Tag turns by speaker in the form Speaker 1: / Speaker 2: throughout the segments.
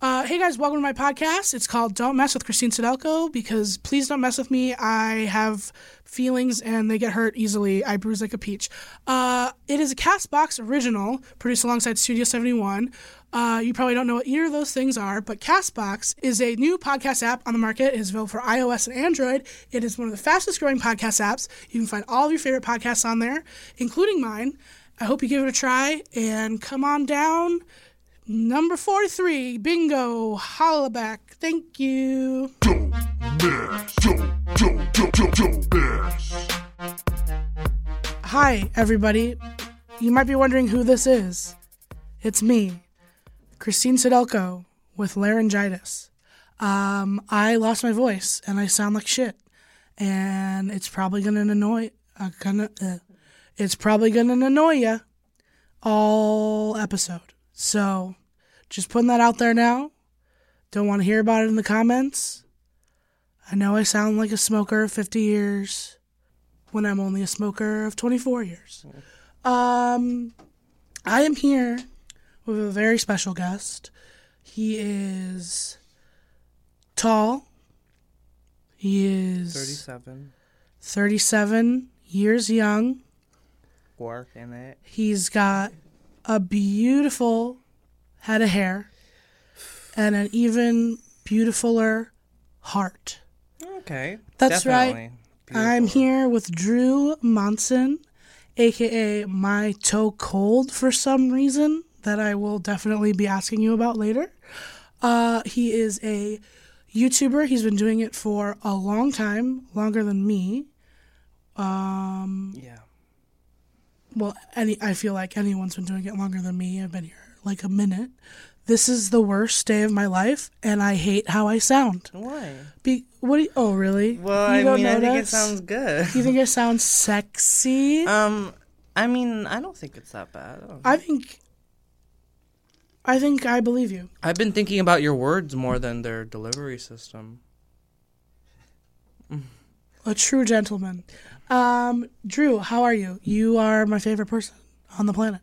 Speaker 1: Uh, hey guys, welcome to my podcast. It's called Don't Mess with Christine Sidelko because please don't mess with me. I have feelings and they get hurt easily. I bruise like a peach. Uh, it is a Castbox original produced alongside Studio 71. Uh, you probably don't know what either of those things are, but Castbox is a new podcast app on the market. It is available for iOS and Android. It is one of the fastest growing podcast apps. You can find all of your favorite podcasts on there, including mine. I hope you give it a try and come on down. Number 43, bingo, holla back. Thank you. Hi, everybody. You might be wondering who this is. It's me, Christine Sidelko with laryngitis. Um, I lost my voice and I sound like shit. And it's probably gonna annoy, uh, gonna, uh, it's probably gonna annoy ya all episode. So just putting that out there now. Don't want to hear about it in the comments. I know I sound like a smoker of 50 years when I'm only a smoker of 24 years. Um, I am here with a very special guest. He is tall. He is
Speaker 2: 37
Speaker 1: 37 years young.
Speaker 2: work in it
Speaker 1: He's got a beautiful head of hair and an even beautifuler heart.
Speaker 2: okay
Speaker 1: That's
Speaker 2: definitely.
Speaker 1: right. I'm here with Drew Monson, aka My Toe Cold for some reason that I will definitely be asking you about later. Uh, he is a YouTuber. He's been doing it for a long time, longer than me.
Speaker 2: yeah
Speaker 1: well any i feel like anyone's been doing it longer than me i've been here like a minute this is the worst day of my life and i hate how i sound
Speaker 2: why
Speaker 1: Be- what do you, oh really
Speaker 2: well
Speaker 1: you
Speaker 2: i mean i think it
Speaker 1: notice?
Speaker 2: sounds good
Speaker 1: you think it sounds sexy
Speaker 2: um i mean i don't think it's that bad I don't know.
Speaker 1: i think i think i believe you
Speaker 2: i've been thinking about your words more than their delivery system
Speaker 1: a true gentleman um drew how are you you are my favorite person on the planet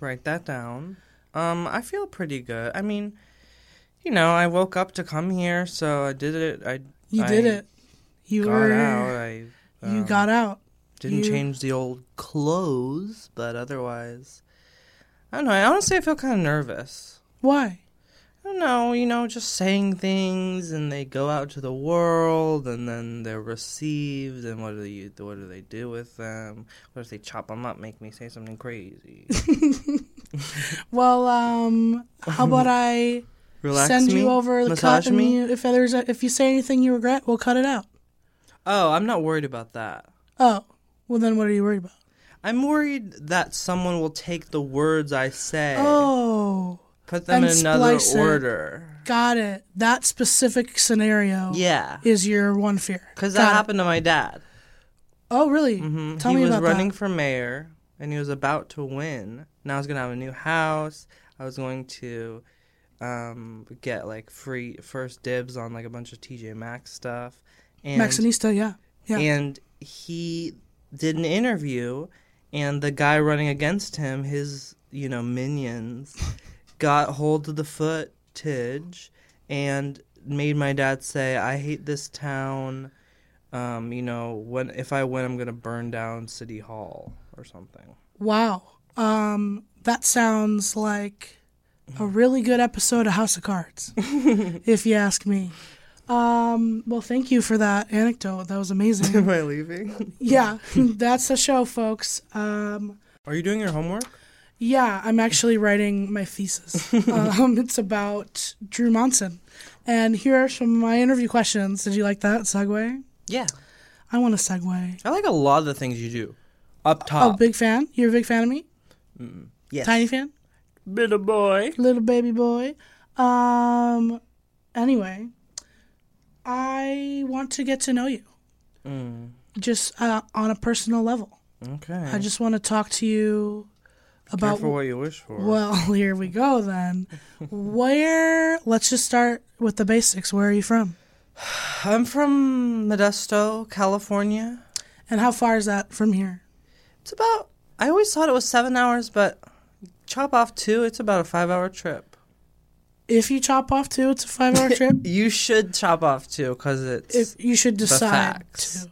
Speaker 2: write that down um i feel pretty good i mean you know i woke up to come here so i did it i
Speaker 1: you
Speaker 2: I
Speaker 1: did it you
Speaker 2: got
Speaker 1: were
Speaker 2: out i
Speaker 1: you got out
Speaker 2: Didn't
Speaker 1: You-
Speaker 2: change the old clothes, but otherwise, I don't know. I honestly I feel kind of nervous.
Speaker 1: why
Speaker 2: I don't know, you know, just saying things and they go out to the world and then they're received and what do you what do they do with them? What if they chop them up, make me say something crazy?
Speaker 1: well um how about i
Speaker 2: Relax
Speaker 1: send
Speaker 2: me,
Speaker 1: you over the
Speaker 2: massage
Speaker 1: cut, and
Speaker 2: me.
Speaker 1: you, if there's a, if you say anything you regret, we'll cut it out.
Speaker 2: Oh, I'm not worried about that.
Speaker 1: Oh, well then, what are you worried about?
Speaker 2: I'm worried that someone will take the words I say,
Speaker 1: Oh,
Speaker 2: put them
Speaker 1: and
Speaker 2: in another
Speaker 1: splice it.
Speaker 2: order.
Speaker 1: got it. That specific scenario,
Speaker 2: Yeah.
Speaker 1: is your one fear
Speaker 2: Because
Speaker 1: Got
Speaker 2: that
Speaker 1: it.
Speaker 2: happened to my dad.
Speaker 1: Oh, really? Tell
Speaker 2: he
Speaker 1: me
Speaker 2: was
Speaker 1: about
Speaker 2: running
Speaker 1: that.
Speaker 2: for mayor and he was about to win. And I was gonna have a new house. I was going to um, get like free first dibs on like a bunch of TJ Maxx stuff. And
Speaker 1: Maxinista, yeah, yeah.
Speaker 2: and he did an interview and the guy running against him his you know minions got hold of the footage and made my dad say i hate this town um, you know when if i win i'm gonna burn down city hall or something
Speaker 1: wow, um, that sounds like a really good episode of House of Cards, if you ask me. Um, well, thank you for that anecdote. That was amazing.
Speaker 2: am i leaving
Speaker 1: yeah, that's the show, folks. Um,
Speaker 2: are you doing your homework
Speaker 1: Yeah, I'm actually writing my thesis. um, it's about Drew Monson. And here are some of my interview questions. Did you like that segue?
Speaker 2: yeah
Speaker 1: I want a segue.
Speaker 2: i like a lot of the things you do up
Speaker 1: Oh,
Speaker 2: top
Speaker 1: big fan? You're a big fan of me?
Speaker 2: yes
Speaker 1: Tiny fan?
Speaker 2: bit of boy
Speaker 1: Little baby boy? Um, anyway, I want to get to know you, just uh, on a personal level.
Speaker 2: Okay.
Speaker 1: I just want to talk to you about
Speaker 2: Careful what you wish for.
Speaker 1: well, here we go then. Where? Let's just start with the basics. Where are you from?
Speaker 2: I'm from Modesto, California.
Speaker 1: And how far is that from here?
Speaker 2: It's about. I always thought it was seven hours, but chop off two. It's about a five-hour trip.
Speaker 1: If you chop off two, it's a five-hour trip.
Speaker 2: You should chop off two because it's
Speaker 1: If you should decide
Speaker 2: facts.
Speaker 1: to.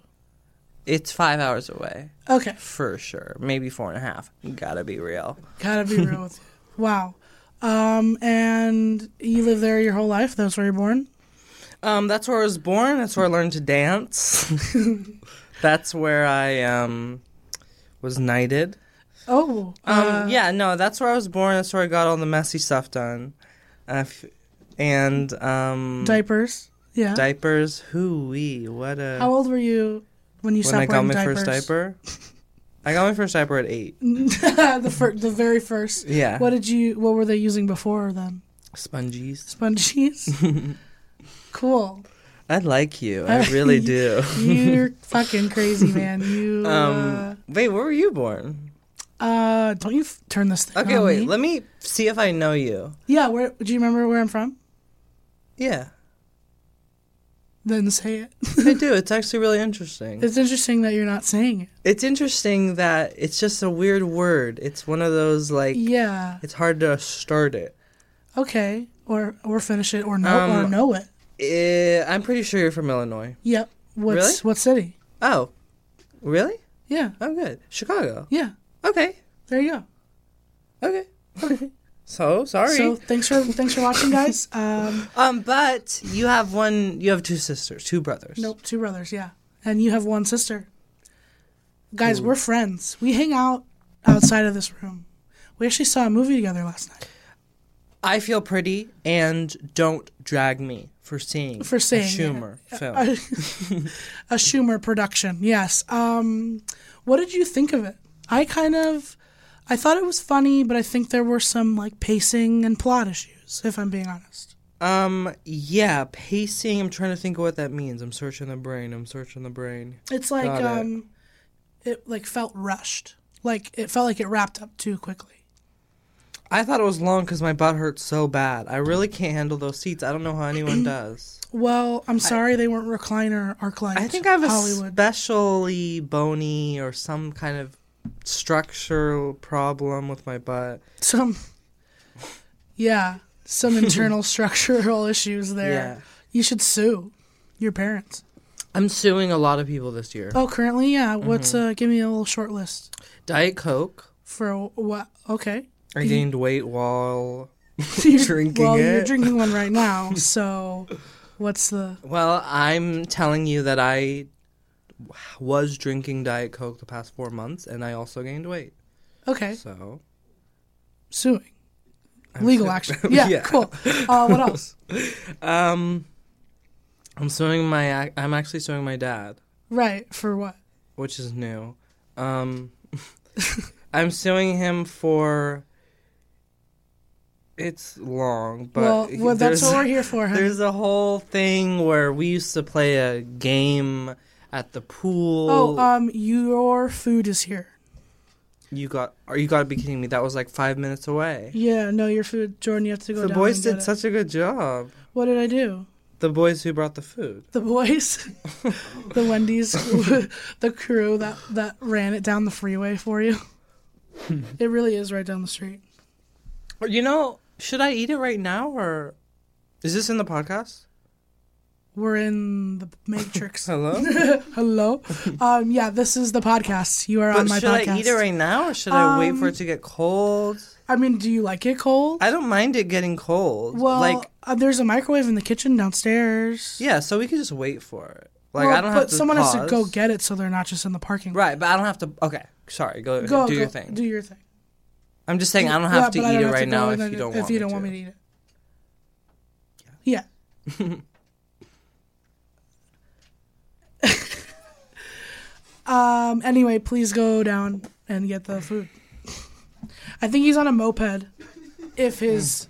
Speaker 2: it's five hours away
Speaker 1: Okay,
Speaker 2: for sure. Maybe four and a half. You gotta be real.
Speaker 1: gotta be real with you. Wow. Um, and you live there your whole life. That's where you're born.
Speaker 2: Um, that's where I was born. That's where I learned to dance. that's where I um was knighted.
Speaker 1: Oh,
Speaker 2: Um, yeah, no, that's where I was born. That's where I got all the messy stuff done. Uh, f- and um,
Speaker 1: diapers. Yeah.
Speaker 2: diapers. Hooey, what a.
Speaker 1: How old were you when you
Speaker 2: when I
Speaker 1: stopped
Speaker 2: got
Speaker 1: wearing
Speaker 2: my
Speaker 1: diapers?
Speaker 2: first diaper? I got my first diaper at eight.
Speaker 1: the fir- the very first.
Speaker 2: Yeah.
Speaker 1: What did you? What were they using before then?
Speaker 2: Spongies.
Speaker 1: Spongies. cool.
Speaker 2: I like you. I really do.
Speaker 1: You're fucking crazy, man. You.
Speaker 2: Um, wait, where were you born?
Speaker 1: uh, uh, don't you f- turn this thing.
Speaker 2: Okay,
Speaker 1: on
Speaker 2: wait.
Speaker 1: me.
Speaker 2: Let me see if I know you.
Speaker 1: yeah. Where do you remember where I'm from?
Speaker 2: Yeah,
Speaker 1: Then say it.
Speaker 2: I do. It's actually really interesting.
Speaker 1: it's interesting that you're not saying it.
Speaker 2: It's interesting that it's just a weird word. It's one of those like
Speaker 1: Yeah.
Speaker 2: it's hard to start it.
Speaker 1: Okay. Or or finish it or know or
Speaker 2: Um,
Speaker 1: know it.
Speaker 2: Eh, I'm pretty sure you're from Illinois.
Speaker 1: Yep. What's
Speaker 2: really?
Speaker 1: what city?
Speaker 2: Oh, really?
Speaker 1: Yeah.
Speaker 2: Oh, good. Chicago.
Speaker 1: Yeah.
Speaker 2: Okay.
Speaker 1: There you go.
Speaker 2: Okay. so sorry.
Speaker 1: So thanks for thanks for watching, guys. Um,
Speaker 2: um, but you have one. You have two sisters, two brothers.
Speaker 1: nope, two brothers, yeah, and you have one sister. Guys, we're friends. We hang out outside of this room. We actually saw a movie together last night.
Speaker 2: I feel pretty, and don't drag me for seeing
Speaker 1: For seeing
Speaker 2: a
Speaker 1: it.
Speaker 2: Schumer film.
Speaker 1: A Schumer production, yes. Um, what did you think of it? I kind of, I thought it was funny, but I think there were some like pacing and plot issues. If I'm being honest.
Speaker 2: um, yeah, pacing. I'm trying to think of what that means. I'm searching the brain. I'm searching the brain.
Speaker 1: It's like
Speaker 2: Got it.
Speaker 1: um, it like felt rushed. Like it felt like it wrapped up too quickly.
Speaker 2: I thought it was long because my butt hurts so bad. I really can't handle those seats. I don't know how anyone does.
Speaker 1: Well, I'm sorry they weren't recliner arc lights.
Speaker 2: I think I have a
Speaker 1: Hollywood.
Speaker 2: specially bony or some kind of structural problem with my butt.
Speaker 1: some, yeah, some internal structural issues there.
Speaker 2: Yeah.
Speaker 1: You should sue your parents.
Speaker 2: I'm suing a lot of people this year.
Speaker 1: Oh, currently, yeah. What's
Speaker 2: Mm-hmm.
Speaker 1: uh? Give me a little short list
Speaker 2: Diet Coke.
Speaker 1: for what? Okay,
Speaker 2: I gained weight while
Speaker 1: You're-
Speaker 2: drinking
Speaker 1: Well,
Speaker 2: it.
Speaker 1: you're drinking one right now, so what's the?
Speaker 2: well, I'm telling you that I was drinking Diet Coke the past four months, and I also gained weight.
Speaker 1: Okay,
Speaker 2: So
Speaker 1: suing, legal action. Yeah,
Speaker 2: Yeah.
Speaker 1: cool. Uh, what else?
Speaker 2: I'm suing my. ac- I'm actually suing my dad.
Speaker 1: right for what?
Speaker 2: which is new. Um, I'm suing him for. It's long, but
Speaker 1: well, well, that's what
Speaker 2: there's-
Speaker 1: we're here for. Huh?
Speaker 2: There's a whole thing where we used to play a game at the pool.
Speaker 1: Oh, um, your food is here.
Speaker 2: you got? Are you got to be kidding me? That was like five minutes away.
Speaker 1: Yeah, no, your food, Jordan. You have to go.
Speaker 2: The
Speaker 1: down
Speaker 2: boys
Speaker 1: and get
Speaker 2: did
Speaker 1: it.
Speaker 2: such a good job.
Speaker 1: What did I do?
Speaker 2: The boys who brought the food.
Speaker 1: The boys, the Wendy's, the crew that that ran it down the freeway for you. it really is right down the street.
Speaker 2: You know, should I eat it right now or is this in the podcast?
Speaker 1: We're in the Matrix.
Speaker 2: Hello.
Speaker 1: Hello. Um, yeah, this is the podcast. You are on
Speaker 2: but
Speaker 1: my
Speaker 2: should
Speaker 1: podcast. Um,
Speaker 2: I eat it right now or should I wait for it to get cold?
Speaker 1: I mean, do you like it cold?
Speaker 2: I don't mind it getting cold.
Speaker 1: well,
Speaker 2: like
Speaker 1: uh, there's a microwave in the kitchen downstairs.
Speaker 2: yeah, so we could just wait for it. Like
Speaker 1: Well,
Speaker 2: I don't
Speaker 1: but
Speaker 2: have to.
Speaker 1: someone
Speaker 2: pause.
Speaker 1: has to go get it, so they're not just in the parking. lot.
Speaker 2: Right, but I don't have to. Okay, sorry. Go,
Speaker 1: Go
Speaker 2: do
Speaker 1: go,
Speaker 2: your thing.
Speaker 1: Do your thing.
Speaker 2: I'm just saying I don't
Speaker 1: Yeah, but I
Speaker 2: have to eat
Speaker 1: don't
Speaker 2: it
Speaker 1: have to
Speaker 2: right
Speaker 1: go
Speaker 2: now
Speaker 1: and
Speaker 2: if
Speaker 1: then
Speaker 2: you don't
Speaker 1: if
Speaker 2: want
Speaker 1: you
Speaker 2: me
Speaker 1: don't
Speaker 2: to.
Speaker 1: want me to eat it. Yeah. um. Anyway, please go down and get the food. I think he's on a moped. If his,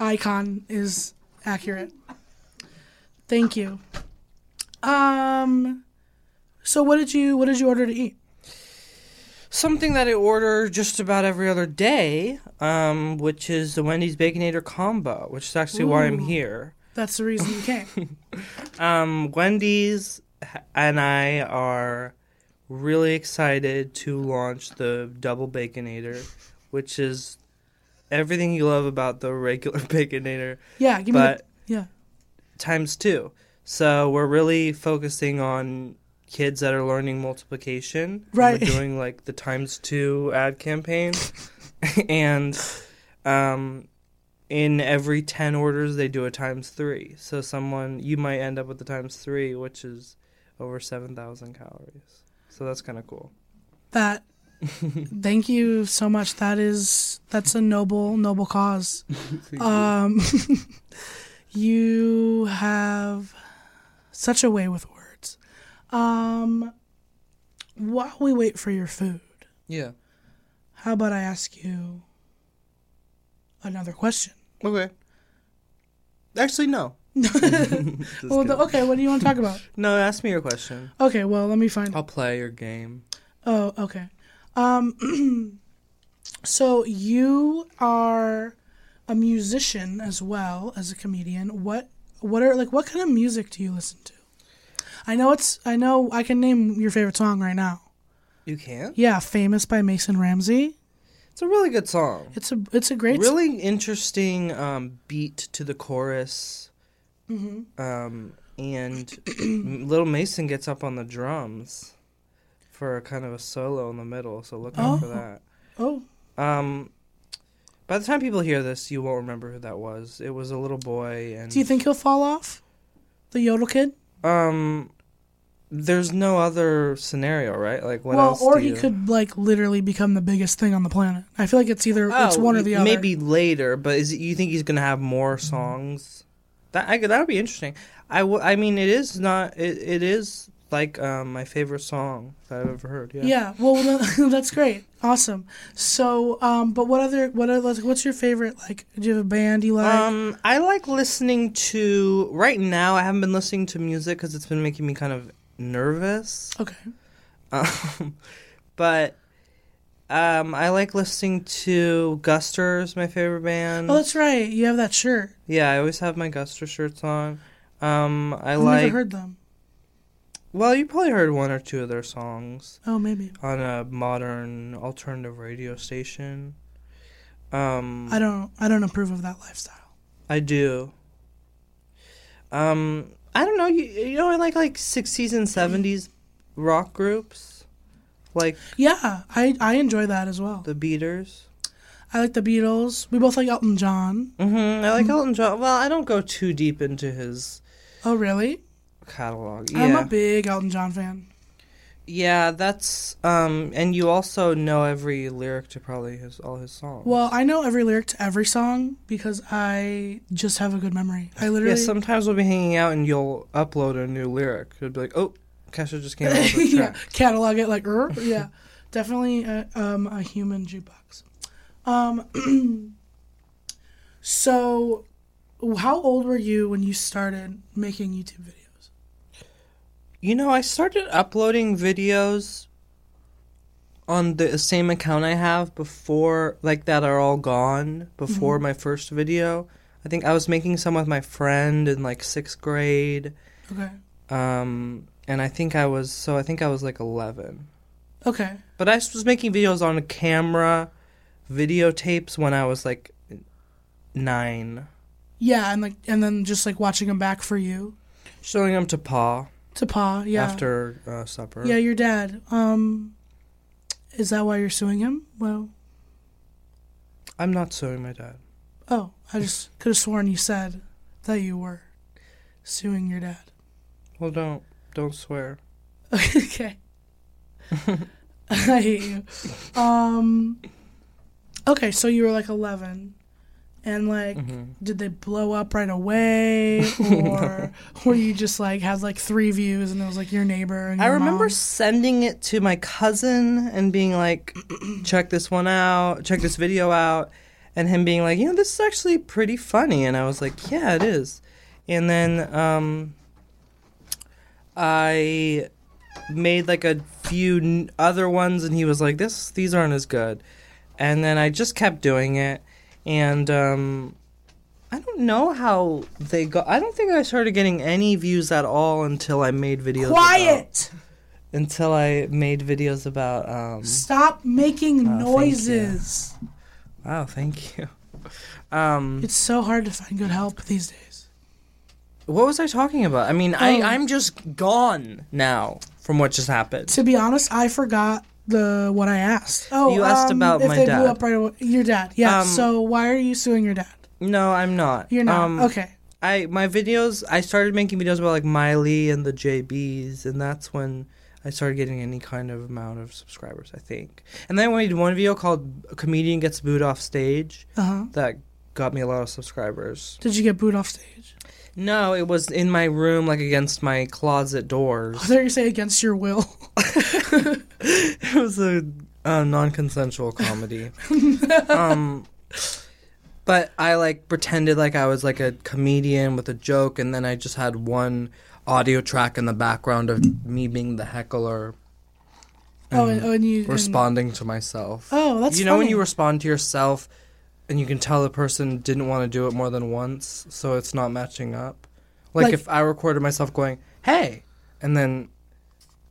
Speaker 1: icon is accurate. Thank you. Um, so what did you what did you order to eat?
Speaker 2: Something that I order just about every other day, um, which is the Wendy's Baconator combo, which is actually why I'm here.
Speaker 1: That's the reason you came.
Speaker 2: Um, Wendy's h- and I are really excited to launch the Double Baconator, which is everything you love about the regular Baconator
Speaker 1: Yeah, give me
Speaker 2: But-
Speaker 1: the, yeah.
Speaker 2: times two. So we're really focusing on kids that are learning multiplication.
Speaker 1: Right.
Speaker 2: We're doing like the times two ad campaign, and um, in every ten orders they do a times three. So someone you might end up with the times three, which is over seven thousand calories. So that's kind of cool.
Speaker 1: That thank you so much. That is that's a noble noble cause. um, you have such a way with words. Um, while we wait for your food,
Speaker 2: Yeah.
Speaker 1: how about I ask you another question?
Speaker 2: Okay. Actually, no.
Speaker 1: Well, the, okay. What do you want to talk about?
Speaker 2: No, ask me your question.
Speaker 1: Okay. Well, let me find.
Speaker 2: I'll play your game.
Speaker 1: Oh, okay. Um, so you are a musician as well as a comedian. What what are like what kind of music do you listen to? I know it's I know I can name your favorite song right now.
Speaker 2: You can.
Speaker 1: Yeah, Famous by Mason Ramsey.
Speaker 2: It's a really good song.
Speaker 1: It's a it's a great
Speaker 2: really interesting um, beat to the chorus.
Speaker 1: Mm-hmm.
Speaker 2: Um, and little Mason gets up on the drums for kind of a solo in the middle, so look out for that.
Speaker 1: Oh,
Speaker 2: Um, by the time people hear this, you won't remember who that was. It was a little boy, and
Speaker 1: do you think he'll fall off? The Yodel Kid?
Speaker 2: um, there's no other scenario, right? Like what
Speaker 1: well,
Speaker 2: else?
Speaker 1: or
Speaker 2: do
Speaker 1: he
Speaker 2: you...
Speaker 1: could like literally become the biggest thing on the planet. I feel like it's either it's one or the other.
Speaker 2: Oh, Maybe later, but is it, you think he's gonna have more songs? That I, could- that would be interesting. I, w- I mean, it is not. It, it is like um, my favorite song that I've ever heard. Yeah.
Speaker 1: Yeah, well, tha- that's great, awesome. So, um, but what other, what other, what's your favorite? Like, do you have a band you like?
Speaker 2: Um, I like listening to right now. I haven't been listening to music because it's been making me kind of nervous.
Speaker 1: okay,
Speaker 2: Um, but um, I like listening to Guster's my favorite band.
Speaker 1: oh, that's right, you have that shirt.
Speaker 2: yeah, I always have my Guster shirts on. Um, I
Speaker 1: I've
Speaker 2: like
Speaker 1: never heard them.
Speaker 2: Well, you probably heard one or two of their songs
Speaker 1: Oh, maybe
Speaker 2: on a modern alternative radio station. Um,
Speaker 1: I don't. I don't approve of that lifestyle.
Speaker 2: I do. Um, I don't know. You, you know, I like like sixties and seventies rock groups, like
Speaker 1: Yeah, I I enjoy that as well.
Speaker 2: the Beaters.
Speaker 1: I like the Beatles. We both like Elton John.
Speaker 2: hmm I like Elton John. Well, I don't go too deep into his
Speaker 1: Oh, really?
Speaker 2: catalog. Yeah,
Speaker 1: I'm a big Elton John fan.
Speaker 2: yeah. That's um, and you also know every lyric to probably his all his songs.
Speaker 1: Well, I know every lyric to every song because I just have a good memory. I
Speaker 2: Yeah,
Speaker 1: literally.
Speaker 2: sometimes we'll be hanging out and you'll upload a new lyric. It'll be like, oh, Kesha just came out with a
Speaker 1: yeah,
Speaker 2: track.
Speaker 1: catalog it like er, yeah, definitely a, um, a human jukebox. Um, so how old were you when you started making YouTube videos?
Speaker 2: You know, I started uploading videos on the same account I have before, like that are all gone before my first video. I think I was making some with my friend in like sixth grade.
Speaker 1: Okay,
Speaker 2: Um, and I think I was, so I think I was like 11.
Speaker 1: okay,
Speaker 2: But I was making videos on camera, videotapes when I was like nine.
Speaker 1: yeah, and like and then just like watching them back for you
Speaker 2: Showing them to Pa
Speaker 1: to Pa, yeah,
Speaker 2: after uh, supper.
Speaker 1: yeah, your dad. Um, is that why you're suing him? Well,
Speaker 2: I'm not suing my dad.
Speaker 1: oh, I just could have sworn you said that you were suing your dad.
Speaker 2: Well, don't don't swear.
Speaker 1: okay. I hate you. Um, okay, so you were like 11, and like,
Speaker 2: Mm-hmm.
Speaker 1: did they blow up right away, or were you just like had like three views and it was like your neighbor? And
Speaker 2: I
Speaker 1: your
Speaker 2: remember
Speaker 1: mom?
Speaker 2: sending it to my cousin and being like, "Check this one out. Check this video out." and him being like, you know, this is actually pretty funny. And I was like, yeah, it is. And then um, I made like a few n- other ones, and he was like, this these aren't as good. And then I just kept doing it, and um, I don't know how they got. I don't think I started getting any views at all until I made videos. about-
Speaker 1: Quiet!
Speaker 2: until I made videos about. Um,
Speaker 1: Stop
Speaker 2: Oh,
Speaker 1: making noises.
Speaker 2: wow, oh, thank you. Um,
Speaker 1: It's so hard to find good help these days.
Speaker 2: What was I talking about? I mean, I, I'm just gone now from what just happened.
Speaker 1: To be honest, I forgot the what I asked. Oh,
Speaker 2: You asked
Speaker 1: um,
Speaker 2: about
Speaker 1: if
Speaker 2: my
Speaker 1: they
Speaker 2: dad.
Speaker 1: Blew up right away. Your dad, yeah.
Speaker 2: Um,
Speaker 1: so why are you suing your dad?
Speaker 2: No, I'm not.
Speaker 1: You're not
Speaker 2: Um,
Speaker 1: okay.
Speaker 2: I my videos. I started making videos about like Miley and the JBs, and that's when I started getting any kind of amount of subscribers. I think. And then we did one video called "A "Comedian Gets Booed Off Stage,"
Speaker 1: Uh-huh.
Speaker 2: that got me a lot of subscribers.
Speaker 1: Did you get booed off stage?
Speaker 2: No, it was in my room, like against my closet
Speaker 1: I
Speaker 2: doors.
Speaker 1: thought you were gonna say against your will.
Speaker 2: it was a, uh non-consensual comedy. um, but I like pretended like I was like a comedian with a joke, and then I just had one audio track in the background of me being the heckler,
Speaker 1: oh, and,
Speaker 2: Mm.
Speaker 1: oh, and you and-
Speaker 2: responding to myself.
Speaker 1: Oh, that's
Speaker 2: you know when
Speaker 1: funny.
Speaker 2: you respond to yourself, and you can tell the person didn't want to do it more than once, so it's not matching up. Like,
Speaker 1: Like-
Speaker 2: if I recorded myself going, "Hey," and then,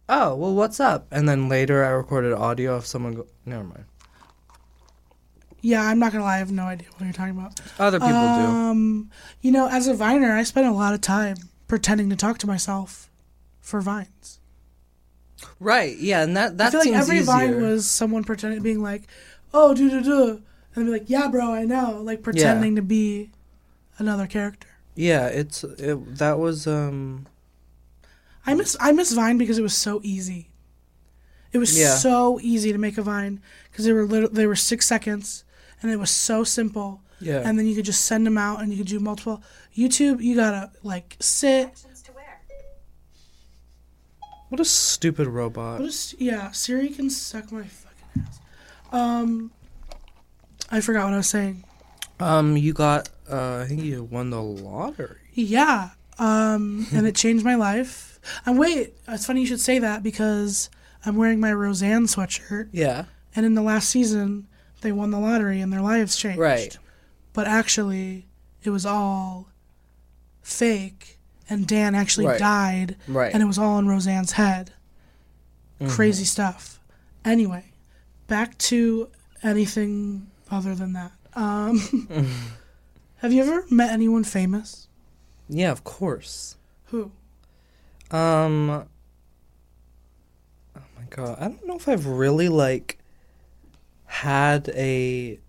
Speaker 2: "Oh, well, what's up?" and then later I recorded audio of someone. Go- Never mind.
Speaker 1: Yeah, I'm not gonna lie. I have no idea what you're talking about.
Speaker 2: Other people
Speaker 1: Um, you know, as a viner, I spent a lot of time pretending to talk to myself for vines.
Speaker 2: do. Right? Yeah, and that that
Speaker 1: I feel like
Speaker 2: seems
Speaker 1: every vine
Speaker 2: easier.
Speaker 1: was someone pretending, being like, "Oh, do do do," and I'd be like, "Yeah, bro, I know," like pretending to be another character.
Speaker 2: Yeah, it's it, that was um.
Speaker 1: I miss I miss Vine because it was so easy. It was
Speaker 2: Yeah.
Speaker 1: so easy to make a Vine because they were lit- they were six seconds and it was so simple.
Speaker 2: Yeah.
Speaker 1: And then you could just send them out and you could do multiple. YouTube, you gotta like sit.
Speaker 2: What a stupid robot.
Speaker 1: Just, yeah, Siri can suck my fucking ass. Um, I forgot what I was saying.
Speaker 2: Um, you got. Uh, I think you won the lottery.
Speaker 1: Yeah. Um, and it changed my life. And wait, it's funny you should say that because I'm wearing my Roseanne sweatshirt.
Speaker 2: Yeah.
Speaker 1: And in the last season, they won the lottery and their lives changed.
Speaker 2: Right.
Speaker 1: But actually, it was all fake, and Dan actually
Speaker 2: Right.
Speaker 1: died.
Speaker 2: Right. Mm-hmm.
Speaker 1: And it was all in Roseanne's head. Crazy stuff. Anyway, back to anything other than that. Um, have you ever met anyone famous?
Speaker 2: Yeah, of course.
Speaker 1: Who?
Speaker 2: Um. Oh my god, I don't know if I've really like had a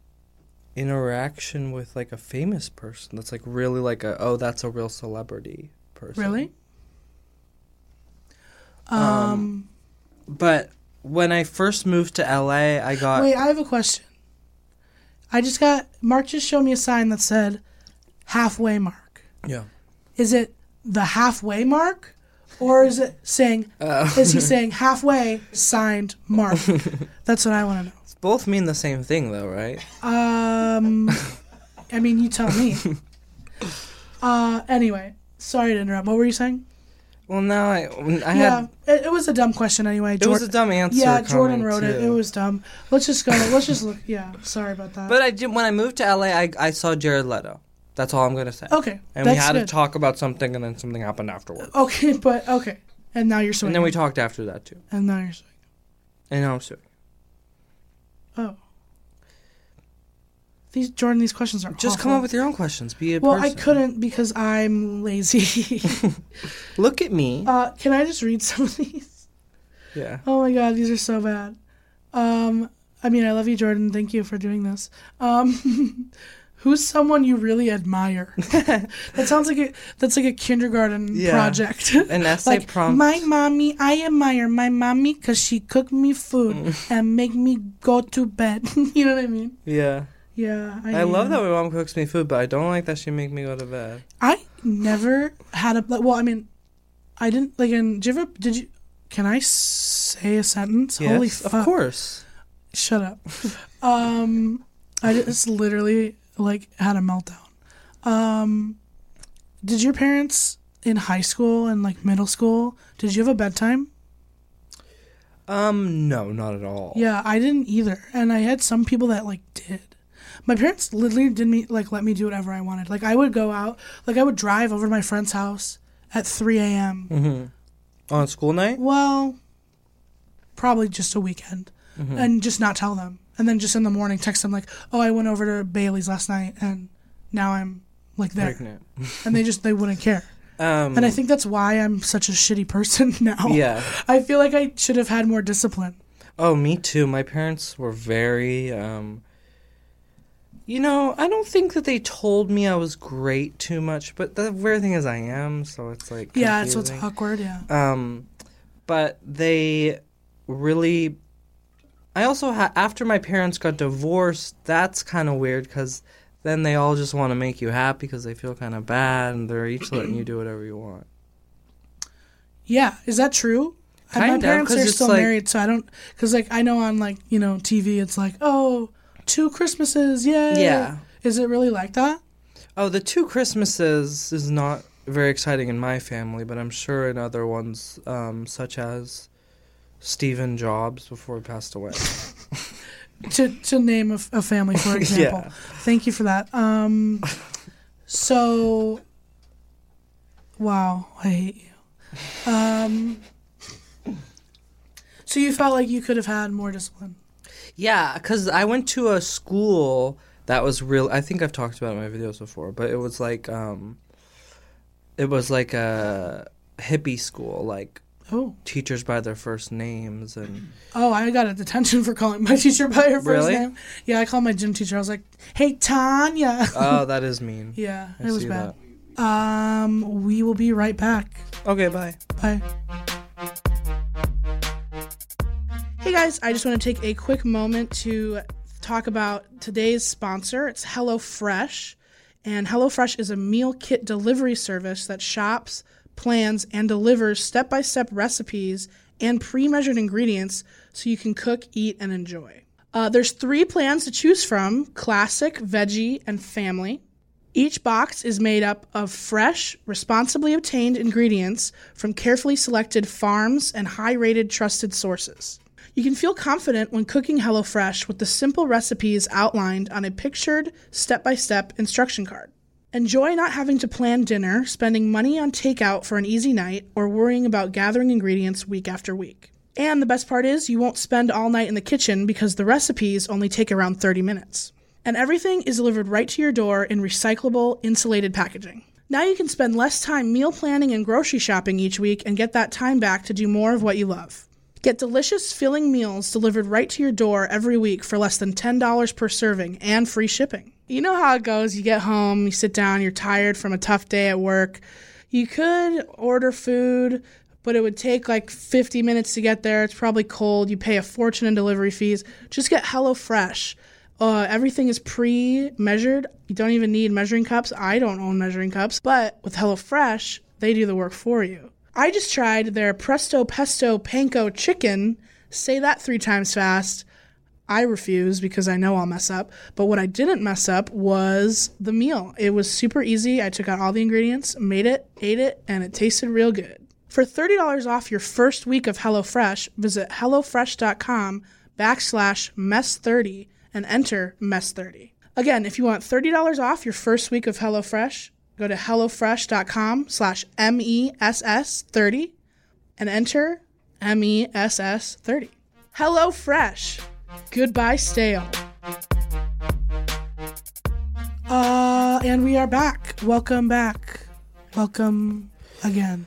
Speaker 2: interaction with like a famous person that's like really like a oh that's a real celebrity person.
Speaker 1: Really?
Speaker 2: But when I first moved to LA, I got
Speaker 1: Wait, I have a question. I just got Mark just showed me a sign that said halfway mark.
Speaker 2: yeah.
Speaker 1: Is it the halfway mark? Or is it saying
Speaker 2: Oh.
Speaker 1: is he saying halfway signed mark? That's what I want to know.
Speaker 2: Both mean the same thing though, right?
Speaker 1: Um I mean you tell me. Uh anyway, sorry to interrupt. What were you saying?
Speaker 2: Well, now I I
Speaker 1: Yeah,
Speaker 2: had
Speaker 1: it, it was a dumb question anyway.
Speaker 2: it was
Speaker 1: Jor-
Speaker 2: a dumb answer.
Speaker 1: Yeah, Jordan
Speaker 2: coming
Speaker 1: wrote it.
Speaker 2: to-
Speaker 1: It was dumb. Let's just go. Let's just look. Yeah, sorry about that.
Speaker 2: But I did when I moved to LA, I I saw Jared Leto. That's all I'm gonna say.
Speaker 1: Okay,
Speaker 2: And we
Speaker 1: that's
Speaker 2: had to
Speaker 1: good.
Speaker 2: talk about something, and then something happened afterwards.
Speaker 1: Okay, but okay. And now you're swinging.
Speaker 2: And then we talked after that too.
Speaker 1: And now you're swinging.
Speaker 2: And now I'm suing.
Speaker 1: Oh. These Jordan, these questions are
Speaker 2: Just come
Speaker 1: awful.
Speaker 2: up with your own questions. Be a
Speaker 1: Well,
Speaker 2: person.
Speaker 1: I couldn't because I'm lazy.
Speaker 2: Look at me.
Speaker 1: uh, can I just read some of these?
Speaker 2: yeah.
Speaker 1: Oh my god, these are so bad. Um, I mean, I love you, Jordan. Thank you for doing this. Um, who's someone you really admire? that sounds like a that's like a kindergarten
Speaker 2: Yeah.
Speaker 1: project.
Speaker 2: An essay
Speaker 1: like,
Speaker 2: prompt.
Speaker 1: My mommy, I admire my mommy because she cooked me food
Speaker 2: Mm.
Speaker 1: and make me go to bed. you know what I mean?
Speaker 2: yeah.
Speaker 1: Yeah.
Speaker 2: I love that my mom cooks me food, but I don't like that she make me go to bed.
Speaker 1: I never had a like, well. I mean, I didn't like. And did you ever? Did you? Can I say a sentence? Holy
Speaker 2: Yes,
Speaker 1: fuck!
Speaker 2: Of course.
Speaker 1: Shut up. um, I just literally like had a meltdown. Um, did your parents in high school and like middle school? Did you have a bedtime?
Speaker 2: Um, no, not at all.
Speaker 1: Yeah, I didn't either, and I had some people that like did. My parents literally didn't me, like let me do whatever I wanted. Like I would go out, like I would drive over to my friend's house at three a.m.
Speaker 2: On school night?
Speaker 1: Well, probably just a weekend,
Speaker 2: Mm-hmm.
Speaker 1: and just not tell them, and then just in the morning text them like, "Oh, I went over to Bailey's last night, and now I'm like there,"
Speaker 2: Pregnant.
Speaker 1: and they just they wouldn't care.
Speaker 2: Um,
Speaker 1: And I think that's why I'm such a shitty person now.
Speaker 2: Yeah.
Speaker 1: I feel like I should have had more discipline.
Speaker 2: Oh, me too. My parents were very um you know, I don't think that they told me I was great too much, but the weird thing is I am, so it's like
Speaker 1: Yeah, so it's
Speaker 2: confusing.
Speaker 1: awkward. Yeah.
Speaker 2: Um, but they really. I also ha- after my parents got divorced, that's kind of weird because then they all just want to make you happy because they feel kind of bad and they're each letting you do whatever you want.
Speaker 1: Yeah, is that true? And
Speaker 2: Kinda,
Speaker 1: my parents
Speaker 2: 'cause
Speaker 1: are
Speaker 2: it's
Speaker 1: still
Speaker 2: like-
Speaker 1: married, so I don't. Because like I know on like you know TV, it's like oh two Christmases, yay.
Speaker 2: Yeah.
Speaker 1: Is it really like that?
Speaker 2: Oh, the two Christmases is not very exciting in my family, but I'm sure in other ones, um, such as Stephen Jobs before he passed away.
Speaker 1: To to name a, f- a family for example. Thank you for that. Um, so. Wow, I hate you. Um. So you felt like you could have had more discipline.
Speaker 2: Yeah, because I went to a school that was real. I think I've talked about it in my videos before, but it was like, um, it was like a hippie school, like
Speaker 1: Oh,
Speaker 2: teachers by their first names, and
Speaker 1: oh! I got a detention for calling my teacher by her first
Speaker 2: Really?
Speaker 1: name. Yeah, I called my gym teacher. I was like, "Hey, Tanya."
Speaker 2: oh, that is mean.
Speaker 1: Yeah,
Speaker 2: I
Speaker 1: it was
Speaker 2: see
Speaker 1: bad. Um, we will be right back.
Speaker 2: that. Okay, bye.
Speaker 1: Bye. Hey guys, I just want to take a quick moment to talk about today's sponsor. It's HelloFresh. And HelloFresh is a meal kit delivery service that shops, plans, and delivers step by step recipes and pre measured ingredients so you can cook, eat, and enjoy. Uh, there's three plans to choose from classic, veggie, and family. Each box is made up of fresh, responsibly obtained ingredients from carefully selected farms and high rated trusted sources. You can feel confident when cooking HelloFresh with the simple recipes outlined on a pictured, step by step instruction card. Enjoy not having to plan dinner, spending money on takeout for an easy night, or worrying about gathering ingredients week after week. And the best part is, you won't spend all night in the kitchen because the recipes only take around 30 minutes. And everything is delivered right to your door in recyclable, insulated packaging. Now you can spend less time meal planning and grocery shopping each week and get that time back to do more of what you love. Get delicious, filling meals delivered right to your door every week for less than $10 per serving and free shipping. You know how it goes. You get home, you sit down, you're tired from a tough day at work. You could order food, but it would take like 50 minutes to get there. It's probably cold. You pay a fortune in delivery fees. Just get HelloFresh. Uh, everything is pre measured. You don't even need measuring cups. I don't own measuring cups, but with HelloFresh, they do the work for you. I just tried their Presto Pesto Panko Chicken. Say that three times fast. I refuse because I know I'll mess up. But what I didn't mess up was the meal. It was super easy. I took out all the ingredients, made it, ate it, and it tasted real good. For $30 off your first week of HelloFresh, visit HelloFresh.com backslash mess30 and enter mess30. Again, if you want $30 off your first week of HelloFresh, go to HelloFresh.com slash E M-E-S-S-30 and enter E MESS30. Hello Fresh. Goodbye stale. Uh and we are back. Welcome back. Welcome again.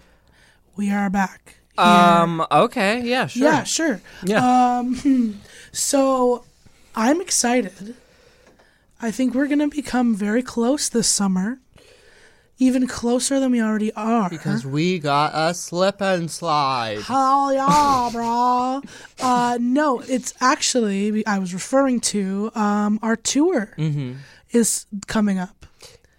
Speaker 1: We are back.
Speaker 2: Um. Okay. Yeah. Sure.
Speaker 1: Yeah, sure. Um,
Speaker 2: Yeah.
Speaker 1: So I'm excited. I think we're going to become very close this summer. Even closer than we already are.
Speaker 3: Because we got a slip and slide.
Speaker 1: Hell yeah, bro. uh, no, it's
Speaker 2: Mm-hmm.
Speaker 1: actually I was referring to um, our tour is coming up.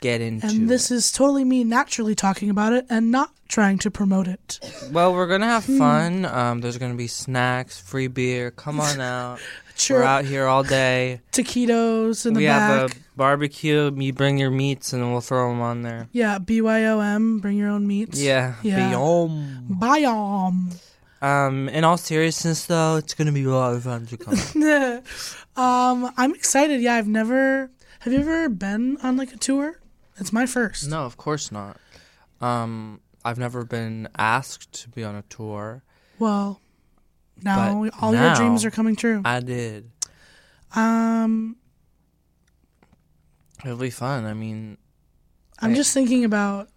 Speaker 2: get into
Speaker 1: And this
Speaker 2: it.
Speaker 1: is totally me naturally talking about it and not trying to promote it.
Speaker 2: Well, we're gonna have
Speaker 1: Hmm.
Speaker 2: fun. Um, there's gonna be snacks, free beer. Come on out.
Speaker 1: Sure.
Speaker 2: We're out here all day.
Speaker 1: Taquitos in the
Speaker 2: we
Speaker 1: back.
Speaker 2: have a barbecue. You bring your meats, and we'll throw them on there.
Speaker 1: yeah, BYOM, bring your own meats.
Speaker 2: Yeah.
Speaker 1: Yeah.
Speaker 2: Beyond.
Speaker 1: Biome.
Speaker 2: Um, in all seriousness, though, it's gonna be a lot of fun to come.
Speaker 1: um, I'm excited. Yeah, I've never. Have you ever been on like a tour? It's my first.
Speaker 2: no, of course not. Um, I've never been asked to be on a tour.
Speaker 1: Well, now
Speaker 2: But
Speaker 1: all your
Speaker 2: now-
Speaker 1: dreams are coming true.
Speaker 2: I did.
Speaker 1: um,
Speaker 2: It'll be fun. I mean,
Speaker 1: I'm
Speaker 2: I-
Speaker 1: just thinking about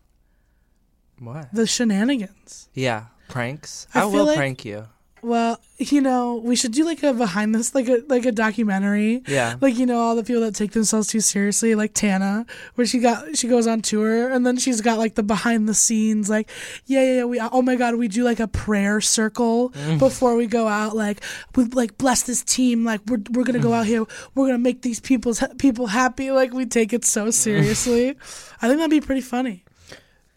Speaker 2: what?
Speaker 1: the shenanigans.
Speaker 2: Yeah, pranks.
Speaker 1: I
Speaker 2: I,
Speaker 1: feel
Speaker 2: will
Speaker 1: like-
Speaker 2: prank you.
Speaker 1: Well, you know, we should do like a behind this, like a like a documentary.
Speaker 2: Yeah.
Speaker 1: Like you know, all the people that take themselves too seriously, like Tana, where she got she goes on tour and then she's got like the behind the scenes, like yeah, yeah, yeah. We oh my god, we do like a prayer circle before we go out. Like we like bless this team. Like we're we're gonna go out here. We're gonna make these people's people happy. Like we take it so seriously. I think that'd be pretty funny.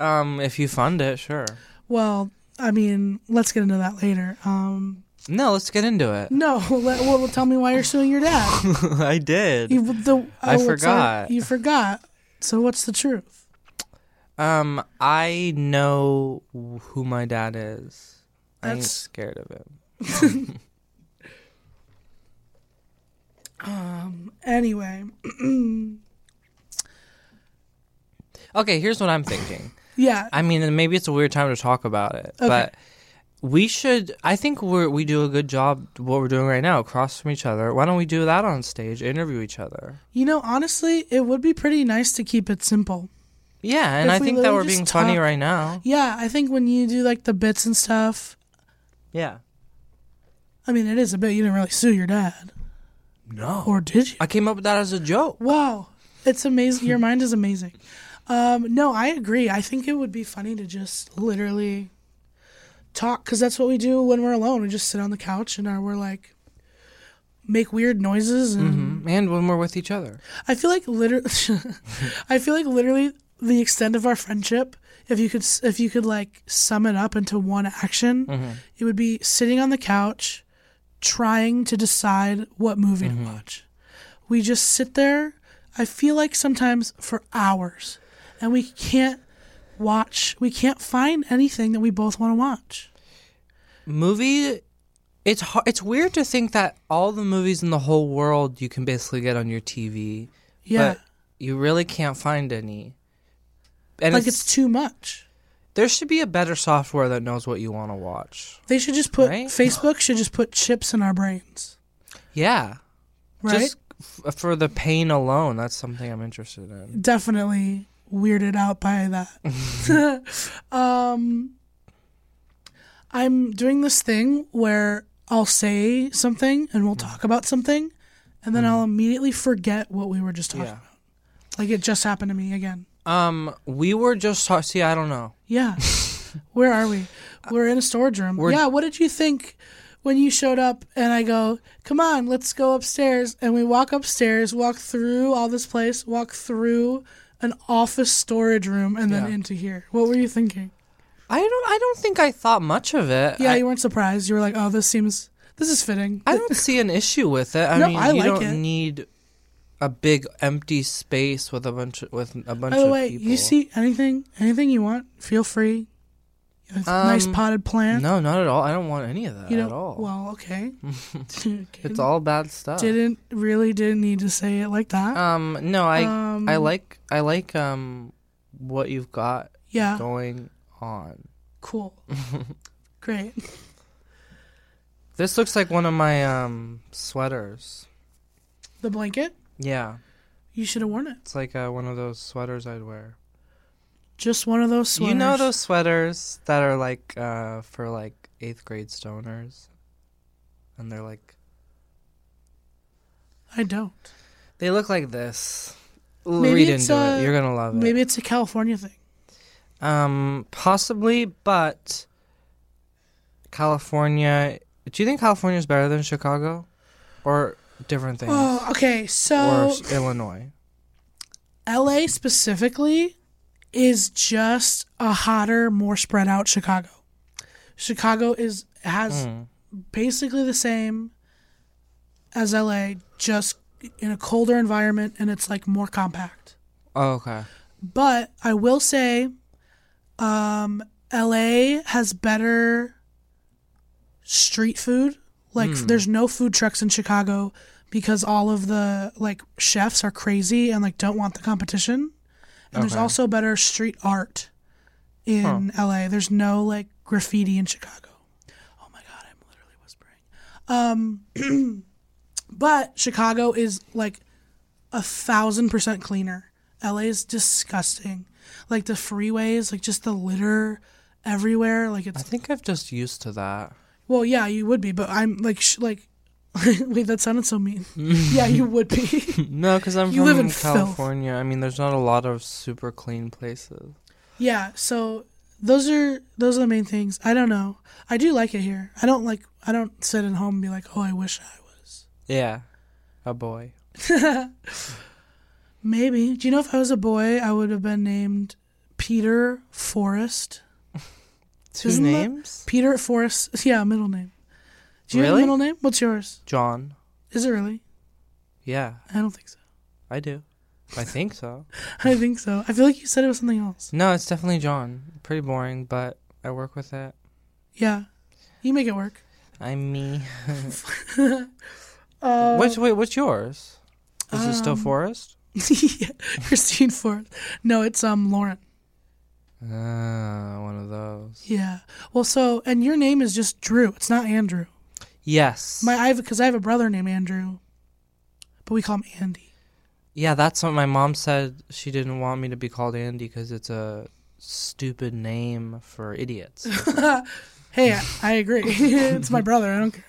Speaker 2: Um, if you fund it, sure.
Speaker 1: Well, I mean, let's get into that later. Um,
Speaker 2: No, let's get into it.
Speaker 1: no, let, well, tell me why you're suing your dad.
Speaker 2: I did.
Speaker 1: You, the, oh,
Speaker 2: I
Speaker 1: what's that?
Speaker 2: forgot.
Speaker 1: You forgot. So what's the truth?
Speaker 2: Um, I know who my dad is. I ain't
Speaker 1: That's-
Speaker 2: scared of him.
Speaker 1: Anyway,
Speaker 2: Okay, here's what I'm thinking.
Speaker 1: yeah,
Speaker 2: I mean, and maybe it's a weird time to talk about it, but we should. I think we are we do a good job what we're doing right now, across from each other. Why don't we do that on stage? Interview each other.
Speaker 1: you know, honestly, it would be pretty nice to keep it simple.
Speaker 2: Yeah, and
Speaker 1: If
Speaker 2: I
Speaker 1: we
Speaker 2: think that
Speaker 1: literally
Speaker 2: we're
Speaker 1: just
Speaker 2: being funny
Speaker 1: talk-
Speaker 2: right now.
Speaker 1: Yeah, I think when you do like the bits and stuff,
Speaker 2: Yeah.
Speaker 1: I mean, it is a bit. You didn't really sue your dad,
Speaker 2: No.
Speaker 1: or did you?
Speaker 2: I came up with that as a joke.
Speaker 1: Wow, it's amazing. Your mind is amazing. Um, no, I agree. I think it would be funny to just literally talk because that's what we do when we're alone. We just sit on the couch and are we're like make weird noises and.
Speaker 2: And when we're with each other.
Speaker 1: I feel like literally, I feel like literally the extent of our friendship. If you could, s- if you could like sum it up into one action,
Speaker 2: Mm-hmm.
Speaker 1: it would be sitting on the couch, trying to decide what movie
Speaker 2: Mm-hmm.
Speaker 1: to watch. We just sit there. I feel like sometimes for hours, and we can't watch. We can't find anything that we both want to watch.
Speaker 2: movie it's hard, it's weird to think that all the movies in the whole world you can basically get on your TV.
Speaker 1: Yeah,
Speaker 2: But you really can't find any. And
Speaker 1: like
Speaker 2: it's,
Speaker 1: it's too much.
Speaker 2: there should be a better software that knows what you want to watch.
Speaker 1: They should just put
Speaker 2: Right?
Speaker 1: Facebook should just put chips in our brains,
Speaker 2: Yeah.
Speaker 1: right?
Speaker 2: Just f- uh, for the pain alone, that's something I'm interested in.
Speaker 1: definitely weirded out by that. um, I'm doing this thing where I'll say something and we'll talk about something, and then I'll immediately forget what we were just talking
Speaker 2: Yeah.
Speaker 1: about. Like it just happened to me again.
Speaker 2: Um, we were just talk- see, I don't know.
Speaker 1: Yeah. Where are we? We're in a storage room. Yeah. What did you think when you showed up? And I go, come on, let's go upstairs. And we walk upstairs, walk through all this place, walk through an office storage room, and then
Speaker 2: Yeah.
Speaker 1: into here. What were you thinking?
Speaker 2: I don't. I don't think I thought much of it.
Speaker 1: Yeah,
Speaker 2: I,
Speaker 1: you weren't surprised. You were like, oh, this seems, this is fitting.
Speaker 2: I don't see an issue with it. I
Speaker 1: No,
Speaker 2: mean,
Speaker 1: I
Speaker 2: you
Speaker 1: like
Speaker 2: don't
Speaker 1: it.
Speaker 2: need a big empty space with a bunch of, with a bunch
Speaker 1: By the
Speaker 2: of
Speaker 1: way,
Speaker 2: people.
Speaker 1: you see anything, anything you want, feel free. It's a nice
Speaker 2: Um,
Speaker 1: potted plant.
Speaker 2: No, not at all. I don't want any of that
Speaker 1: you know,
Speaker 2: at all.
Speaker 1: well, okay.
Speaker 2: it's all bad stuff.
Speaker 1: Didn't really didn't need to say it like that.
Speaker 2: Um, no, I
Speaker 1: Um,
Speaker 2: I like I like um what you've got
Speaker 1: yeah.
Speaker 2: going on.
Speaker 1: Cool. Great.
Speaker 2: This looks like one of my um sweaters.
Speaker 1: The blanket?
Speaker 2: Yeah,
Speaker 1: You should have worn it.
Speaker 2: it's like uh, one of those sweaters I'd wear.
Speaker 1: Just one of those sweaters.
Speaker 2: You know those sweaters that are like uh for like eighth grade stoners, and they're like
Speaker 1: I don't.
Speaker 2: they look like this. L-
Speaker 1: Maybe
Speaker 2: Read
Speaker 1: it's,
Speaker 2: into
Speaker 1: uh,
Speaker 2: it. You're gonna love it.
Speaker 1: Maybe it's a California thing.
Speaker 2: Um, possibly, but California. Do you think California is better than Chicago, or different things,
Speaker 1: Oh, okay.
Speaker 2: or
Speaker 1: So
Speaker 2: s- Illinois?
Speaker 1: LA specifically is just a hotter, more spread out Chicago. Chicago is has
Speaker 2: Hmm.
Speaker 1: basically the same as LA, just in a colder environment and it's like more compact.
Speaker 2: Oh, okay.
Speaker 1: But I will say, um, LA has better street food. Like, there's no food trucks in Chicago because all of the like chefs are crazy and like don't want the competition. And there's also better street art in LA. There's no like graffiti in Chicago. Oh my god, I'm literally whispering. Um, but Chicago is like a thousand percent cleaner. LA is disgusting. Like the freeways, like just the litter everywhere. Like
Speaker 2: I
Speaker 1: it's
Speaker 2: think I've just used to that.
Speaker 1: well, yeah, you would be, but I'm like sh- like. Wait, that sounded so mean. yeah, you would be.
Speaker 2: No, because I'm
Speaker 1: You
Speaker 2: from
Speaker 1: live in filth.
Speaker 2: California. I mean, there's not a lot of super clean places.
Speaker 1: yeah, so those are those are the main things. I don't know. I do like it here. I don't like. I don't sit at home and be like, oh, I wish I was.
Speaker 2: Yeah, a boy.
Speaker 1: Maybe. Do you know if I was a boy, I would have been named Peter Forrest.
Speaker 4: 2
Speaker 1: Isn't that-
Speaker 4: names?
Speaker 1: Peter Forrest. Yeah, middle name. Do you have a
Speaker 2: Really?
Speaker 1: middle name? What's yours?
Speaker 2: John.
Speaker 1: Is it really?
Speaker 2: Yeah,
Speaker 1: I don't think so.
Speaker 2: I do. I think so.
Speaker 1: I think so. I feel like you said it was something else.
Speaker 2: No, it's definitely John. Pretty boring, but I work with it.
Speaker 1: Yeah, you make it work.
Speaker 2: I'm me.
Speaker 1: Um,
Speaker 2: Which wait, what's yours? Is it still Forrest?
Speaker 1: yeah, Christine Ford. No, it's um Lauren.
Speaker 2: Ah, one of those.
Speaker 1: Yeah. Well, so and your name is just Drew. It's not Andrew.
Speaker 2: Yes.
Speaker 1: My I have because I have a brother named Andrew, but we call him Andy.
Speaker 2: yeah, that's what my mom said. She didn't want me to be called Andy because it's a stupid name for idiots.
Speaker 1: Hey, I, I agree. it's my brother. I don't care.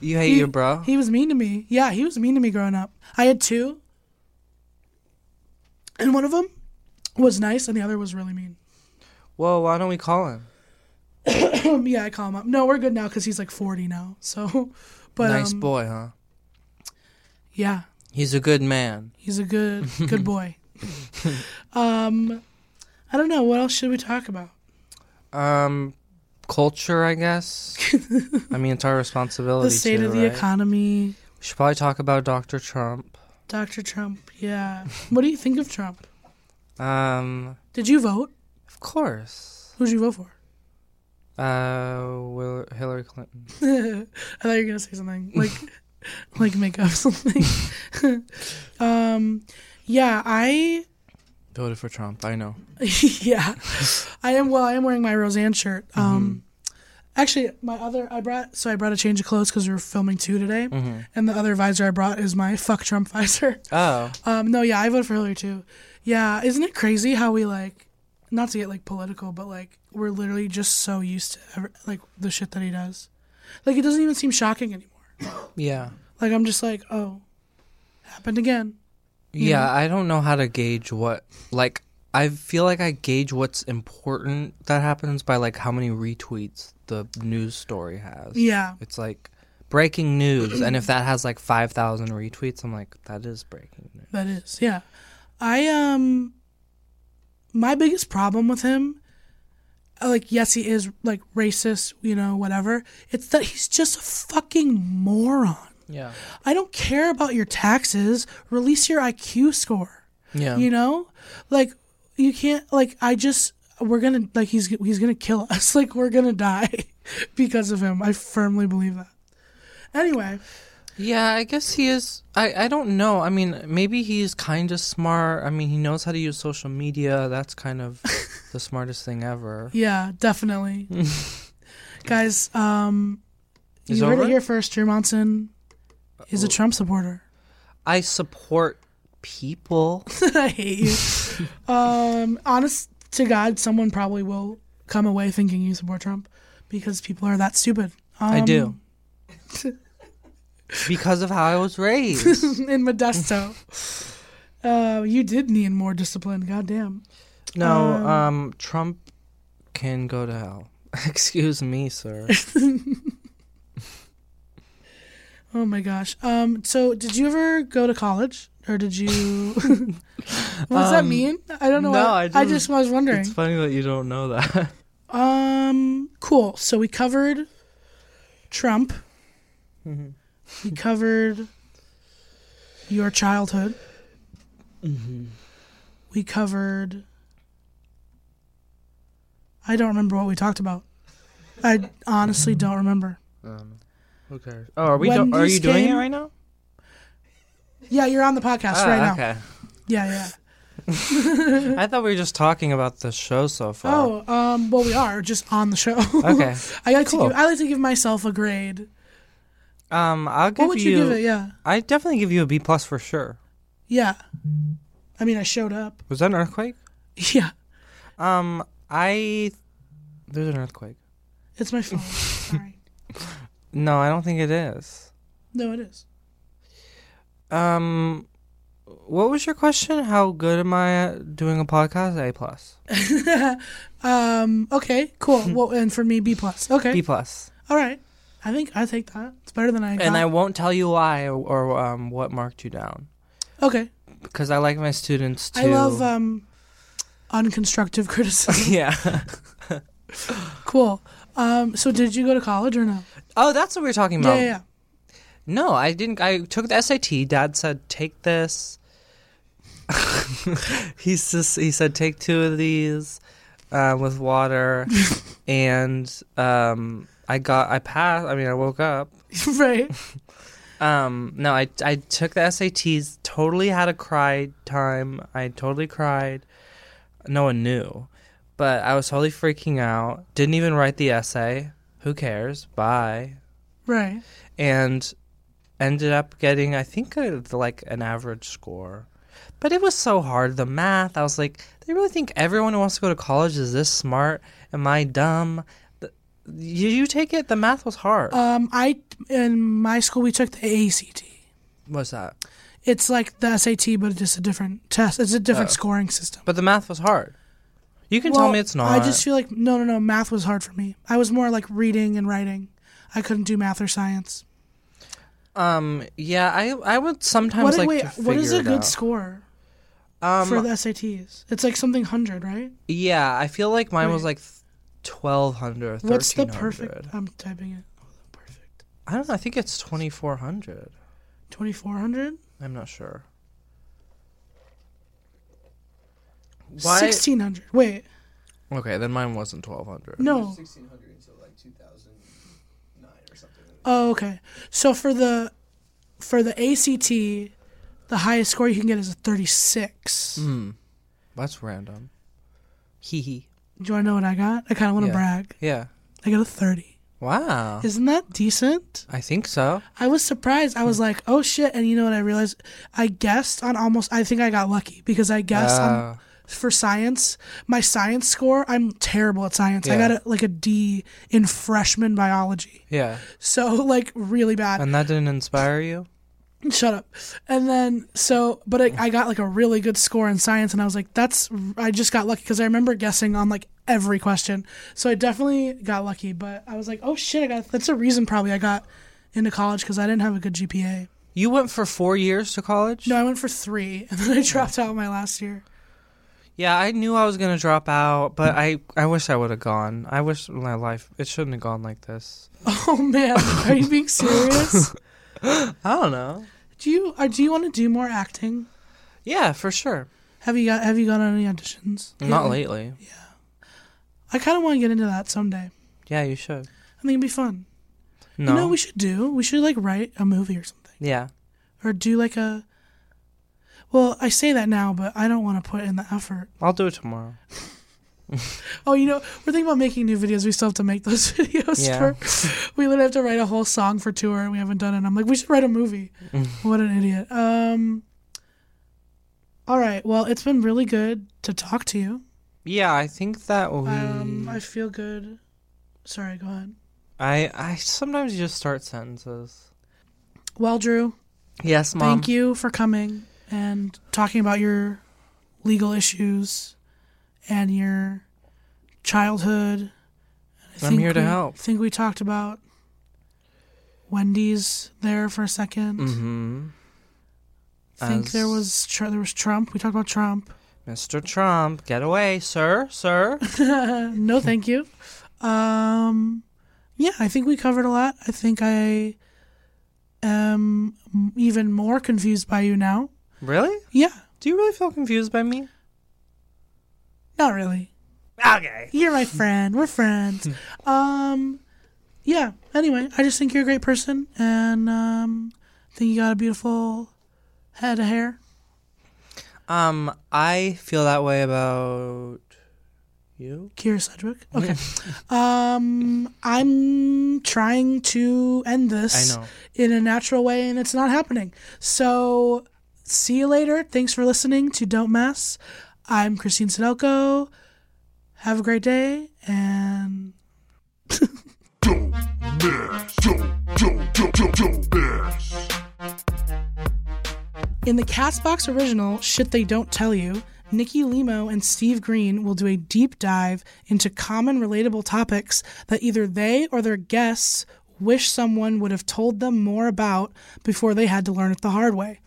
Speaker 2: you hate your bro?
Speaker 1: He was mean to me. Yeah, he was mean to me growing up. I had two, and one of them was nice, and the other was really mean.
Speaker 2: Well, why don't we call him?
Speaker 1: yeah, I call him up. No, we're good now because he's like forty now. So, but
Speaker 2: nice
Speaker 1: um,
Speaker 2: boy, huh?
Speaker 1: Yeah,
Speaker 2: He's a good man.
Speaker 1: He's a good good boy. um, I don't know what else should we talk about.
Speaker 2: Um, culture, I guess. I mean, it's our responsibility.
Speaker 1: The state
Speaker 2: to,
Speaker 1: of the
Speaker 2: right?
Speaker 1: economy,
Speaker 2: We should probably talk about Dr. Trump.
Speaker 1: Dr. Trump. Yeah, what do you think of Trump?
Speaker 2: Um,
Speaker 1: Did you vote?
Speaker 2: of course.
Speaker 1: Who'd you vote for?
Speaker 2: Uh, Will Hillary Clinton.
Speaker 1: I thought you were gonna say something like like make up something. um, yeah, I
Speaker 2: Voted for Trump. I know.
Speaker 1: yeah, I am. Well, I am wearing my Roseanne shirt. Um, actually, my other I brought so I brought a change of clothes because we were filming two today, and the other visor I brought is my fuck Trump visor.
Speaker 2: Oh,
Speaker 1: Um, no, yeah, I voted for Hillary too. Yeah, isn't it crazy how we like, not to get like political, but like we're literally just so used to ever, like the shit that he does. Like it doesn't even seem shocking anymore.
Speaker 2: yeah.
Speaker 1: Like I'm just like, oh, happened again.
Speaker 2: Yeah, I don't know how to gauge what like I feel like I gauge what's important that happens by like how many retweets the news story has.
Speaker 1: Yeah.
Speaker 2: It's like breaking news and if that has like 5,000 retweets, I'm like that is breaking news.
Speaker 1: That is, yeah. I um my biggest problem with him uh, like yes, he is like racist, you know, whatever. It's that he's just a fucking moron.
Speaker 2: Yeah.
Speaker 1: I don't care about your taxes. Release your IQ score.
Speaker 2: Yeah.
Speaker 1: You know? Like you can't like I just we're going to like he's he's going to kill us. Like we're going to die because of him. I firmly believe that. Anyway,
Speaker 2: Yeah, I guess he is. I, I don't know. I mean, maybe he's kind of smart. I mean, he knows how to use social media. That's kind of the smartest thing ever.
Speaker 1: Yeah, definitely. Guys, um,
Speaker 2: Is
Speaker 1: you heard
Speaker 2: over?
Speaker 1: it here first. Drew Monson is a Trump supporter.
Speaker 2: I support people.
Speaker 1: I hate you. um, honest to God, someone probably will come away thinking you support Trump because people are that stupid. Um,
Speaker 2: I do. because of how I was raised.
Speaker 1: In Modesto. Uh, you did need more discipline. Goddamn.
Speaker 2: No, um, Trump can go to hell. Excuse me, sir.
Speaker 1: Oh my gosh. Um. So, did you ever go to college, or did you? what does that mean? I don't know.
Speaker 2: Um, no,
Speaker 1: why-
Speaker 2: I
Speaker 1: I
Speaker 2: didn't-
Speaker 1: just was wondering.
Speaker 2: It's funny that you don't know that.
Speaker 1: Um, cool. So we covered Trump.
Speaker 2: Mm-hmm.
Speaker 1: We covered your childhood.
Speaker 2: Mm-hmm.
Speaker 1: We covered. I don't remember what we talked about. I honestly don't remember.
Speaker 2: Who cares? Oh, are we?
Speaker 1: When
Speaker 2: Do- are
Speaker 1: this
Speaker 2: you doing
Speaker 1: came-
Speaker 2: it right now?
Speaker 1: Yeah, you're on the podcast right now.
Speaker 2: Ah, okay.
Speaker 1: Yeah, yeah.
Speaker 2: I thought we were just talking about the show so far.
Speaker 1: Oh, um, well, we are just on the show.
Speaker 2: Okay.
Speaker 1: I like to
Speaker 2: Cool.
Speaker 1: give, I like to give myself a grade.
Speaker 2: Um, I'll give
Speaker 1: What would you, give it? Yeah,
Speaker 2: I definitely give you a B plus for sure.
Speaker 1: yeah. I mean, I showed up.
Speaker 2: Was that an earthquake?
Speaker 1: Yeah,
Speaker 2: Um, I there's an earthquake.
Speaker 1: it's my phone. Sorry.
Speaker 2: No, I don't think it is.
Speaker 1: No, it is.
Speaker 2: Um, what was your question? How good am I at doing a podcast? A plus,
Speaker 1: Um. Okay. Cool. well, and for me, B plus. Okay.
Speaker 2: B plus,
Speaker 1: All right. I think I take that. It's better than I.
Speaker 2: and I
Speaker 1: got.
Speaker 2: won't tell you why or, or um what marked you down
Speaker 1: okay.
Speaker 2: because I like my students to.
Speaker 1: I love um, unconstructive criticism.
Speaker 2: yeah.
Speaker 1: cool. Um. So did you go to college or no?
Speaker 2: Oh, that's what we were talking
Speaker 1: Yeah.
Speaker 2: about.
Speaker 1: Yeah. yeah.
Speaker 2: No, I didn't. I took the SAT. Dad said, "Take this." he s he said, "Take two of these uh, with water," and um, I got. I passed. I mean, I woke up.
Speaker 1: right.
Speaker 2: Um, no, I I took the SATs. Totally had a cry time. I totally cried. No one knew, but I was totally freaking out. Didn't even write the essay. Who cares? Bye
Speaker 1: Right.
Speaker 2: and ended up getting I think a, like an average score. But it was so hard the math. I was like, they really think everyone who wants to go to college is this smart? Am I dumb? Th- You, you take it. The math was hard.
Speaker 1: Um. I in my school we took the ACT.
Speaker 2: What's that?
Speaker 1: It's like the SAT, but it's just a different test. It's a different scoring system.
Speaker 2: But the math was hard. Oh. You can tell
Speaker 1: Well,
Speaker 2: me it's not.
Speaker 1: I just feel like no, no, no. Math was hard for me. I was more like reading and writing. I couldn't do math or science.
Speaker 2: um yeah. I I would sometimes
Speaker 1: What,
Speaker 2: like
Speaker 1: wait,
Speaker 2: to figure
Speaker 1: what is a
Speaker 2: it
Speaker 1: good
Speaker 2: out.
Speaker 1: score
Speaker 2: Um,
Speaker 1: for the SATs? It's like something hundred, right?
Speaker 2: yeah, I feel like mine was like twelve hundred.
Speaker 1: What's the perfect? I'm typing it. Hold on, perfect.
Speaker 2: I don't. know. I think it's twenty four hundred.
Speaker 1: Twenty four hundred.
Speaker 2: I'm not sure. Why?
Speaker 1: Sixteen hundred. Wait,
Speaker 2: Okay, then mine wasn't 1200.
Speaker 1: no. Sixteen hundred until like two thousand nine or something. Oh, okay. So for the for the ACT, the highest score you can get is a thirty six.
Speaker 2: Hmm. That's random. Hee hee.
Speaker 1: Do you want to know what I got? I kind of want to
Speaker 2: Yeah.
Speaker 1: brag.
Speaker 2: Yeah.
Speaker 1: I got a thirty.
Speaker 2: Wow.
Speaker 1: Isn't that decent?
Speaker 2: I think so.
Speaker 1: I was surprised. I was like, oh shit. And you know what I realized? I guessed on almost, I think I got lucky because I guessed
Speaker 2: Ah.
Speaker 1: on, for science, my science score, I'm terrible at science. I
Speaker 2: Yeah.
Speaker 1: got a, like a D in freshman biology.
Speaker 2: Yeah.
Speaker 1: So, like, really bad.
Speaker 2: And that didn't inspire you?
Speaker 1: Shut up. And then, so, but I, I got like a really good score in science, and I was like, that's, I just got lucky because I remember guessing on like every question. So I definitely got lucky, but I was like, oh shit, I got, that's a reason probably I got into college because I didn't have a good GPA.
Speaker 2: You went for 4 years to college?
Speaker 1: No, I went for three, and then I dropped out my last year.
Speaker 2: Yeah, I knew I was going to drop out, but I I wish I would have gone. I wish my life it shouldn't have gone like this.
Speaker 1: Oh man, are you being serious?
Speaker 2: I don't know.
Speaker 1: Do you are, do you want to do more acting?
Speaker 2: Yeah, for sure.
Speaker 1: Have you got Have you gone on any auditions?
Speaker 2: Not lately.
Speaker 1: I kind of want to get into that someday.
Speaker 2: Yeah, you should.
Speaker 1: I think it'd be fun.
Speaker 2: No.
Speaker 1: You know, what we should do. We should like write a movie or something.
Speaker 2: yeah.
Speaker 1: or do like a well i say that now but i don't want to put in the effort
Speaker 2: I'll do it tomorrow.
Speaker 1: oh you know we're thinking about making new videos we still have to make those videos
Speaker 2: Yeah.
Speaker 1: for we literally have to write a whole song for tour and we haven't done it i'm like we should write a movie what an idiot um all right well it's been really good to talk to you
Speaker 2: Yeah, I think that we
Speaker 1: um i feel good sorry go ahead
Speaker 2: I I sometimes just start sentences.
Speaker 1: well drew
Speaker 2: Yes, mom.
Speaker 1: thank you for coming and talking about your legal issues and your childhood. I
Speaker 2: I'm
Speaker 1: think
Speaker 2: here to
Speaker 1: we-
Speaker 2: help.
Speaker 1: Think we talked about Wendy's there for a 2nd Mm-hmm. I think
Speaker 3: As-
Speaker 1: there was tr- there was Trump. We talked about Trump.
Speaker 3: Mr. Trump, get away, sir, sir.
Speaker 1: No, thank you. Um, yeah, I think we covered a lot. I think I am even more confused by you now.
Speaker 3: really?
Speaker 1: Yeah,
Speaker 3: Do you really feel confused by me?
Speaker 1: not really.
Speaker 3: Okay.
Speaker 1: You're my friend. We're friends. um, yeah. Anyway, I just think you're a great person, and um, I think you got a beautiful head of hair.
Speaker 3: Um, I feel that way about you.
Speaker 1: Kira Sedgwick. Okay. um, I'm trying to end this
Speaker 3: I know.
Speaker 1: in a natural way, and it's not happening. So, see you later. Thanks for listening to Don't Mess. I'm Christine Sudelko. Have a great day, and
Speaker 5: Don't mess. Don't, don't, don't, don't, don't mess.
Speaker 1: in the Castbox original "Shit They Don't Tell You," Nikki Limo and Steve Green will do a deep dive into common relatable topics that either they or their guests wish someone would have told them more about before they had to learn it the hard way.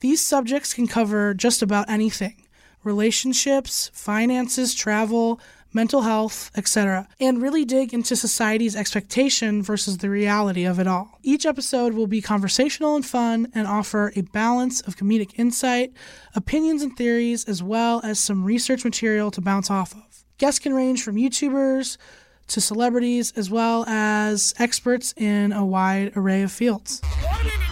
Speaker 1: These subjects can cover just about anything relationships, finances, travel, mental health, etc., and really dig into society's expectation versus the reality of it all. Each episode will be conversational and fun and offer a balance of comedic insight, opinions and theories, as well as some research material to bounce off of. Guests can range from YouTubers to celebrities, as well as experts in a wide array of fields.
Speaker 6: One minute.